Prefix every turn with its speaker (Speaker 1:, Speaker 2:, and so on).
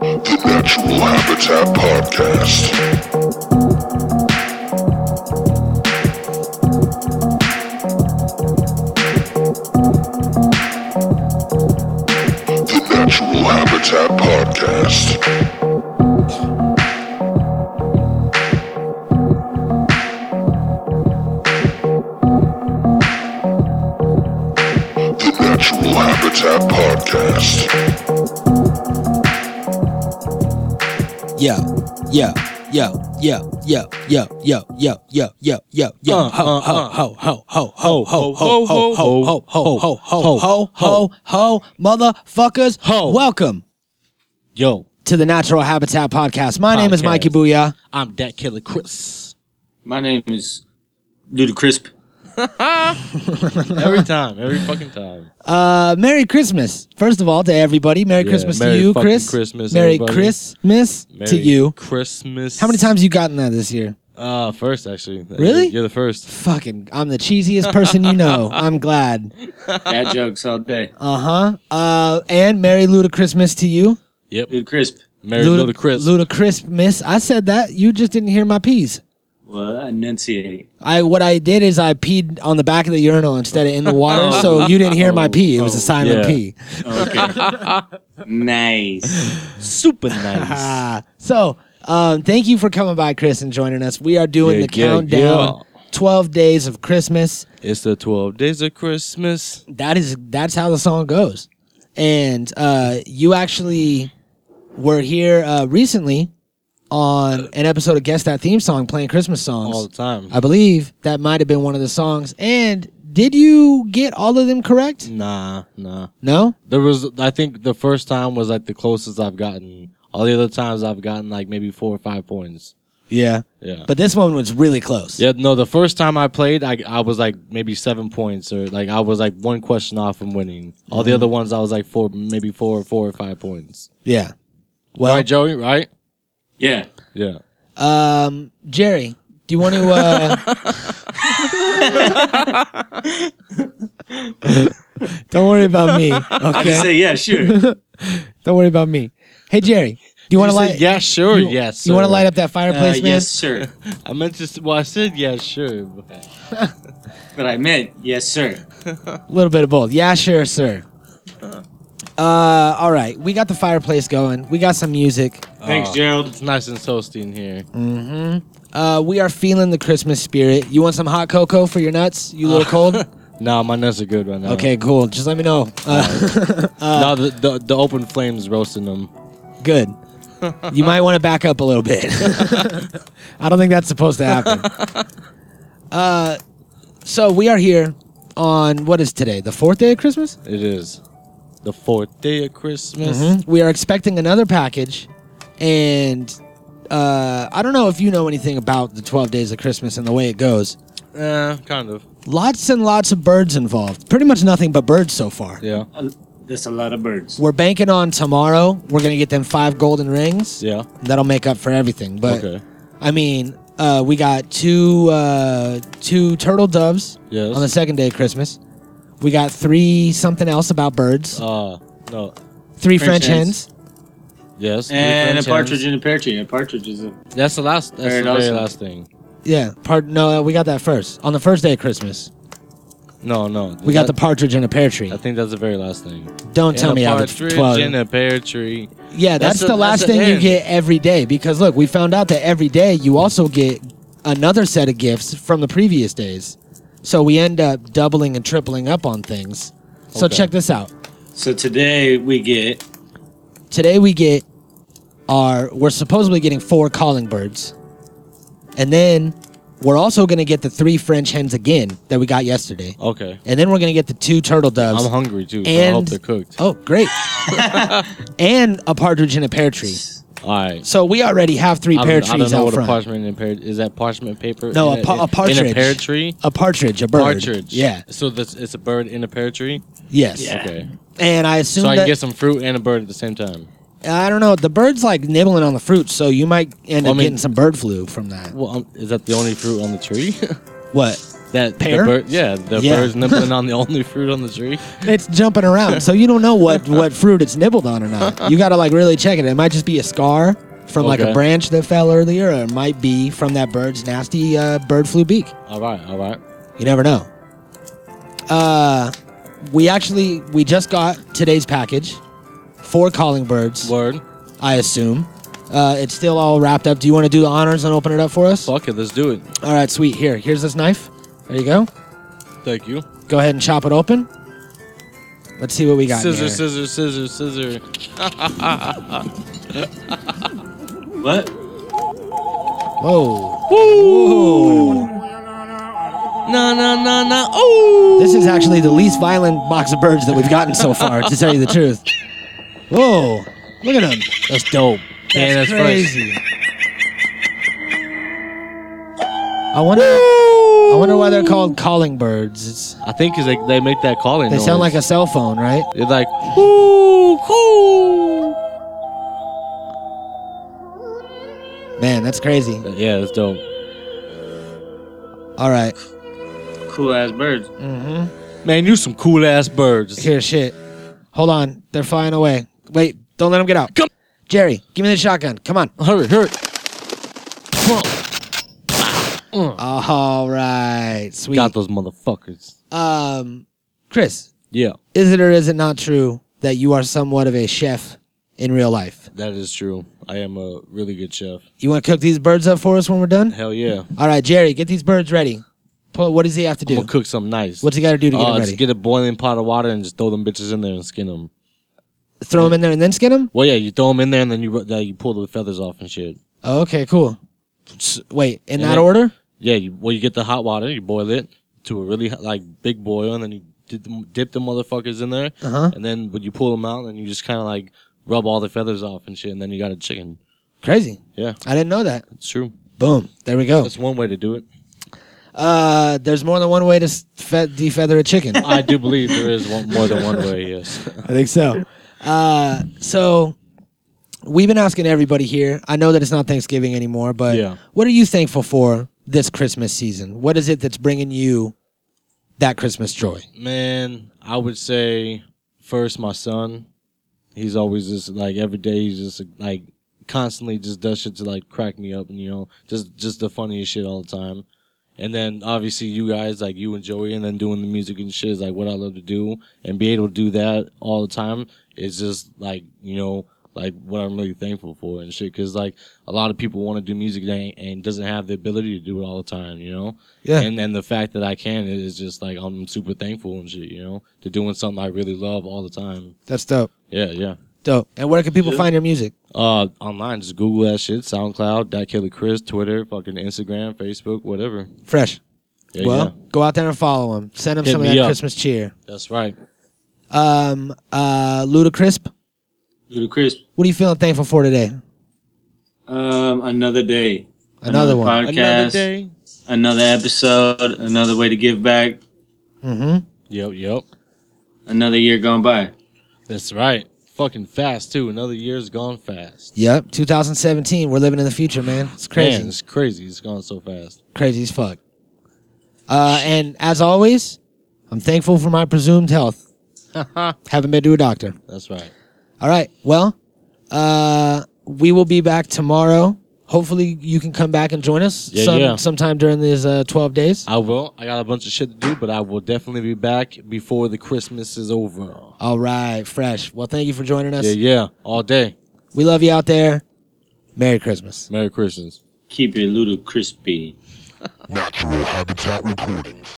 Speaker 1: The Natural Habitat Podcast. The Natural Habitat Podcast. The Natural Habitat Podcast.
Speaker 2: yo, yo, yo, yo, yo, yo, yo, yo, yo, yo, yo, yo,
Speaker 3: Uh,
Speaker 2: ho,
Speaker 3: uh,
Speaker 2: ho,
Speaker 3: uh.
Speaker 2: ho, ho, ho, ho, ho, ho,
Speaker 3: Ho,
Speaker 2: ho,
Speaker 3: ho,
Speaker 2: ho, ho, ho, ho, ho, ho, ho, ho, motherfuckers,
Speaker 3: Ho.
Speaker 2: welcome
Speaker 3: Yo,
Speaker 2: to the Natural Habitat Podcast. My name is
Speaker 3: Podcast.
Speaker 2: Mikey Booyah.
Speaker 3: I'm that killer Chris.
Speaker 4: My name is Dude Crisp.
Speaker 3: Every time, every fucking time.
Speaker 2: Uh, Merry Christmas, first of all, to everybody. Merry
Speaker 3: Yeah,
Speaker 2: Christmas to
Speaker 3: Merry
Speaker 2: you,
Speaker 3: fucking
Speaker 2: Chris.
Speaker 3: Christmas,
Speaker 2: Merry
Speaker 3: everybody.
Speaker 2: Christmas to
Speaker 3: Merry
Speaker 2: you.
Speaker 3: Christmas.
Speaker 2: How many times you gotten that this year?
Speaker 3: Uh, first actually.
Speaker 2: Really?
Speaker 3: You're the first.
Speaker 2: Fucking, I'm the cheesiest person you know. I'm glad.
Speaker 4: Bad jokes all day.
Speaker 2: Uh-huh. Uh, and Merry Luda Christmas to you.
Speaker 3: Yep.
Speaker 4: Dude Crisp.
Speaker 3: Merry little Chris.
Speaker 2: Ludacris miss. I said that. You just didn't hear my peas.
Speaker 4: Well, enunciate.
Speaker 2: I what I did is I peed on the back of the urinal instead of in the water, so you didn't hear my pee. It was a silent
Speaker 3: Oh, yeah.
Speaker 2: pee.
Speaker 4: Okay. nice.
Speaker 3: Super nice.
Speaker 2: Ah, so um, thank you for coming by, Chris, and joining us. We are doing
Speaker 3: Yeah,
Speaker 2: the
Speaker 3: yeah,
Speaker 2: countdown.
Speaker 3: yeah.
Speaker 2: Twelve days of Christmas.
Speaker 3: it's the 12 days of Christmas.
Speaker 2: That is that's how the song goes. And uh, you actually were here uh, recently on an episode of Guess That Theme Song, playing Christmas songs
Speaker 3: All the time.
Speaker 2: I believe that might have been one of the songs. And did you get all of them correct?
Speaker 3: nah, nah.
Speaker 2: No?
Speaker 3: There was, I think the first time was like the closest I've gotten. All the other times I've gotten like maybe four or five points.
Speaker 2: Yeah.
Speaker 3: Yeah.
Speaker 2: But this one was really close.
Speaker 3: Yeah, no, the first time I played, I, I was like maybe seven points or like I was like one question off from winning. All
Speaker 2: Mm.
Speaker 3: the other ones, I was like four, maybe four, four or five points.
Speaker 2: Yeah. Well,
Speaker 3: right, Joey, right?
Speaker 4: Yeah.
Speaker 3: Yeah.
Speaker 2: um, Jerry, do you want to? Uh, Don't worry about me.
Speaker 4: I can
Speaker 2: Okay.
Speaker 4: say, yeah, sure. Uh,
Speaker 2: Don't worry about me. Hey, Jerry, do you want to
Speaker 3: You said
Speaker 2: light?
Speaker 3: Yeah, sure.
Speaker 2: You,
Speaker 3: yes.
Speaker 2: You want to
Speaker 3: sir.
Speaker 2: light up that
Speaker 4: Uh,
Speaker 2: fireplace, man?
Speaker 4: yes, sir.
Speaker 3: I meant to. s- Well, I said yeah, sure. but-
Speaker 4: But I meant, yes, sir.
Speaker 2: A little bit of both. Yeah, sure, sir.
Speaker 3: Uh-huh.
Speaker 2: Uh, all right. We got the fireplace going. We got some music.
Speaker 4: Thanks,
Speaker 3: Aw.
Speaker 4: Gerald.
Speaker 3: It's nice and toasty in here.
Speaker 2: Uh, we are feeling the Christmas spirit. You want some hot cocoa for your nuts? You a little
Speaker 3: Uh-huh.
Speaker 2: cold?
Speaker 3: No, my nuts are good right now.
Speaker 2: okay, cool. Just let me know. Uh,
Speaker 3: no, the, the the open flames roasting them.
Speaker 2: good. You might want to back up a little bit. I don't think that's supposed to happen. Uh, so we are here on what is today? The fourth day of Christmas.
Speaker 3: It is the fourth day of Christmas.
Speaker 2: We are expecting another package, and uh, I don't know if you know anything about the twelve days of Christmas and the way it goes.
Speaker 3: Eh, kind of.
Speaker 2: Lots and lots of birds involved. Pretty much nothing but birds so far.
Speaker 3: Yeah.
Speaker 4: Uh, That's a lot of birds.
Speaker 2: We're banking on tomorrow. We're gonna get them five golden rings.
Speaker 3: Yeah.
Speaker 2: That'll make up for everything. But
Speaker 3: okay.
Speaker 2: I mean, uh, we got two uh, two turtle doves
Speaker 3: Yes.
Speaker 2: on the second day of Christmas. We got three something else about birds.
Speaker 3: uh, no.
Speaker 2: three French,
Speaker 4: French
Speaker 2: hens.
Speaker 4: hens.
Speaker 3: Yes. three
Speaker 4: And a
Speaker 3: French
Speaker 4: partridge
Speaker 3: hens.
Speaker 4: in a pear tree. A partridge is a.
Speaker 3: That's the last. That's
Speaker 4: Very
Speaker 3: the very
Speaker 4: awesome.
Speaker 3: last thing.
Speaker 2: Yeah. Part no, we got that first on the first day of Christmas.
Speaker 3: No, no.
Speaker 2: We got the partridge in a pear tree.
Speaker 3: I think that's the very last thing.
Speaker 2: Don't
Speaker 3: And
Speaker 2: tell
Speaker 3: a
Speaker 2: me how the
Speaker 3: partridge
Speaker 2: twelve.
Speaker 3: in a pear tree.
Speaker 2: yeah, that's,
Speaker 3: that's
Speaker 2: the
Speaker 3: the- that's
Speaker 2: last
Speaker 3: the
Speaker 2: thing you
Speaker 3: end.
Speaker 2: get every day because look, we found out that every day you also get another set of gifts from the previous days. So we end up doubling and tripling up on things. So
Speaker 3: Okay.
Speaker 2: check this out.
Speaker 4: So today we get.
Speaker 2: today we get our we're supposedly getting four calling birds and then we're also going to get the three french hens again that we got yesterday
Speaker 3: Okay.
Speaker 2: and then we're going to get the two turtle doves
Speaker 3: I'm hungry too. so I
Speaker 2: and-
Speaker 3: hope they're cooked.
Speaker 2: oh great and a partridge in a pear tree
Speaker 3: All right.
Speaker 2: so we already have three
Speaker 3: I
Speaker 2: pear
Speaker 3: don't,
Speaker 2: trees
Speaker 3: I don't know
Speaker 2: out
Speaker 3: what
Speaker 2: front
Speaker 3: a parchment in a pear is. That parchment paper?
Speaker 2: No,
Speaker 3: in
Speaker 2: a pa- a
Speaker 3: in a pear
Speaker 2: partridge.
Speaker 3: tree.
Speaker 2: a partridge a bird
Speaker 3: Partridge.
Speaker 2: yeah
Speaker 3: So this it's a bird in a pear tree.
Speaker 2: yes
Speaker 4: Yeah.
Speaker 3: Okay.
Speaker 2: and i assume
Speaker 3: So I
Speaker 2: that
Speaker 3: can get some fruit and a bird at the same time.
Speaker 2: i don't know the bird's like nibbling on the fruit so you might end
Speaker 3: Well,
Speaker 2: up
Speaker 3: I mean-
Speaker 2: getting some bird flu from that
Speaker 3: Well, um, is that the only fruit on the tree?
Speaker 2: what
Speaker 3: That the
Speaker 2: Pear?
Speaker 3: bird- yeah, the
Speaker 2: Yeah.
Speaker 3: bird's nibbling on the only fruit on the tree.
Speaker 2: It's jumping around, so you don't know what what fruit it's nibbled on or not. You gotta like really check it. It might just be a scar from like a
Speaker 3: Okay.
Speaker 2: branch that fell earlier, or it might be from that bird's nasty uh, bird flu beak.
Speaker 3: All right, all right.
Speaker 2: You never know. Uh, we actually we just got today's package, four calling birds.
Speaker 3: Word.
Speaker 2: I assume. Uh, it's still all wrapped up. Do you want to do the honors and open it up for us?
Speaker 3: Fuck it, let's do it.
Speaker 2: All right, sweet. Here, here's this knife. There you go.
Speaker 3: Thank you.
Speaker 2: Go ahead and chop it open. Let's see what we got. in
Speaker 3: Scissor,
Speaker 2: here.
Speaker 3: scissor, scissor, scissor.
Speaker 4: What?
Speaker 2: Whoa.
Speaker 3: No, no, no, no. Oh.
Speaker 2: This is actually the least violent box of birds that we've gotten so far, to tell you the truth. Whoa. Look at him. That's dope.
Speaker 3: Yeah, that's first.
Speaker 2: crazy. I wonder. I wonder why they're called calling birds. It's,
Speaker 3: I think because they, they make that calling.
Speaker 2: they
Speaker 3: noise.
Speaker 2: sound like a cell phone, right?
Speaker 3: They're like, ooh, cool.
Speaker 2: Man, that's crazy.
Speaker 3: Yeah, that's dope.
Speaker 2: All right.
Speaker 4: Cool ass birds.
Speaker 3: Man, you some cool ass birds.
Speaker 2: Mm-hmm. Here, shit. Hold on. They're flying away. Wait, don't let them get out.
Speaker 3: Come-
Speaker 2: Jerry, give me the shotgun. Come on.
Speaker 3: Hurry, hurry.
Speaker 2: All right. Sweet.
Speaker 3: Got those motherfuckers.
Speaker 2: um, Chris,
Speaker 3: Yeah,
Speaker 2: is it or is it not true that you are somewhat of a chef in real life?
Speaker 3: that is true. I am a really good chef.
Speaker 2: You want to cook these birds up for us when we're done?
Speaker 3: Hell yeah.
Speaker 2: All right, Jerry, get these birds ready. Pull, what does he have to
Speaker 3: I'm
Speaker 2: do?
Speaker 3: gonna cook something nice.
Speaker 2: What's he got to do to get
Speaker 3: uh,
Speaker 2: them ready?
Speaker 3: just get a boiling pot of water and just throw them bitches in there and skin them.
Speaker 2: Throw them in there and then skin them?
Speaker 3: Well, yeah, you throw them in there and then you uh, you pull the feathers off and shit.
Speaker 2: Okay, cool. S- Wait, in
Speaker 3: And
Speaker 2: that
Speaker 3: then-
Speaker 2: order?
Speaker 3: Yeah, you, well, you get the hot water, you boil it to a really hot, like big boil, and then you dip the, dip the motherfuckers in there,
Speaker 2: Uh-huh.
Speaker 3: and then when you pull them out, and you just kind of like rub all the feathers off and shit, and then you got a chicken.
Speaker 2: Crazy.
Speaker 3: Yeah,
Speaker 2: I didn't know that.
Speaker 3: it's true.
Speaker 2: Boom. There we go.
Speaker 3: That's one way to do it.
Speaker 2: Uh, there's more than one way to s- fe- defeather a chicken.
Speaker 3: I do believe there is one, more than one way. Yes.
Speaker 2: I think so. Uh, so we've been asking everybody here. I know that it's not Thanksgiving anymore, but
Speaker 3: Yeah.
Speaker 2: what are you thankful for this Christmas season? What is it that's bringing you that Christmas joy?
Speaker 3: Man, I would say first my son. He's always just like every day. He's just like constantly just does shit to like crack me up, and you know, just just the funniest shit all the time. And then obviously you guys like you and Joey, and then doing the music and shit is like what I love to do, and be able to do that all the time is just like you know like what I'm really thankful for and shit. Cause like a lot of people want to do music and, and doesn't have the ability to do it all the time, you know
Speaker 2: Yeah.
Speaker 3: and and the fact that I can is just like I'm super thankful and shit, you know, to doing something I really love all the time.
Speaker 2: That's dope.
Speaker 3: Yeah, yeah.
Speaker 2: Dope. And where can people find your music?
Speaker 3: Uh, online, just Google that shit. SoundCloud, that killer Chris, Twitter, fucking Instagram, Facebook, whatever.
Speaker 2: Fresh.
Speaker 3: Yeah,
Speaker 2: well,
Speaker 3: yeah.
Speaker 2: go out there and follow him. Send him
Speaker 3: Hit
Speaker 2: some of
Speaker 3: me
Speaker 2: that
Speaker 3: up.
Speaker 2: Christmas cheer.
Speaker 3: that's right.
Speaker 2: Um, uh, Ludacrisp,
Speaker 4: Ludacris.
Speaker 2: what are you feeling thankful for today?
Speaker 4: Um, another day.
Speaker 2: Another one.
Speaker 4: Podcast, another
Speaker 3: day.
Speaker 4: episode, another way to give back,
Speaker 2: Mm-hmm.
Speaker 3: Yep, yep.
Speaker 4: another year gone by.
Speaker 3: That's right. Fucking fast too. Another year's gone fast.
Speaker 2: Yep. 2017. We're living in the future, man. It's crazy.
Speaker 3: Man, it's crazy. It's gone so fast.
Speaker 2: crazy as fuck. Uh, and as always, I'm thankful for my presumed health. Haven't been to a doctor.
Speaker 3: That's right.
Speaker 2: All right. Well, uh, we will be back tomorrow. Hopefully, you can come back and join us
Speaker 3: Yeah,
Speaker 2: some,
Speaker 3: yeah.
Speaker 2: sometime during these uh, 12 days.
Speaker 3: I will. I got a bunch of shit to do, but I will definitely be back before the Christmas is over.
Speaker 2: All right, fresh. Well, thank you for joining us.
Speaker 3: Yeah, yeah. All day.
Speaker 2: We love you out there. Merry Christmas.
Speaker 3: Merry Christmas.
Speaker 4: Keep it Ludacris crispy.
Speaker 1: Natural Habitat Recordings.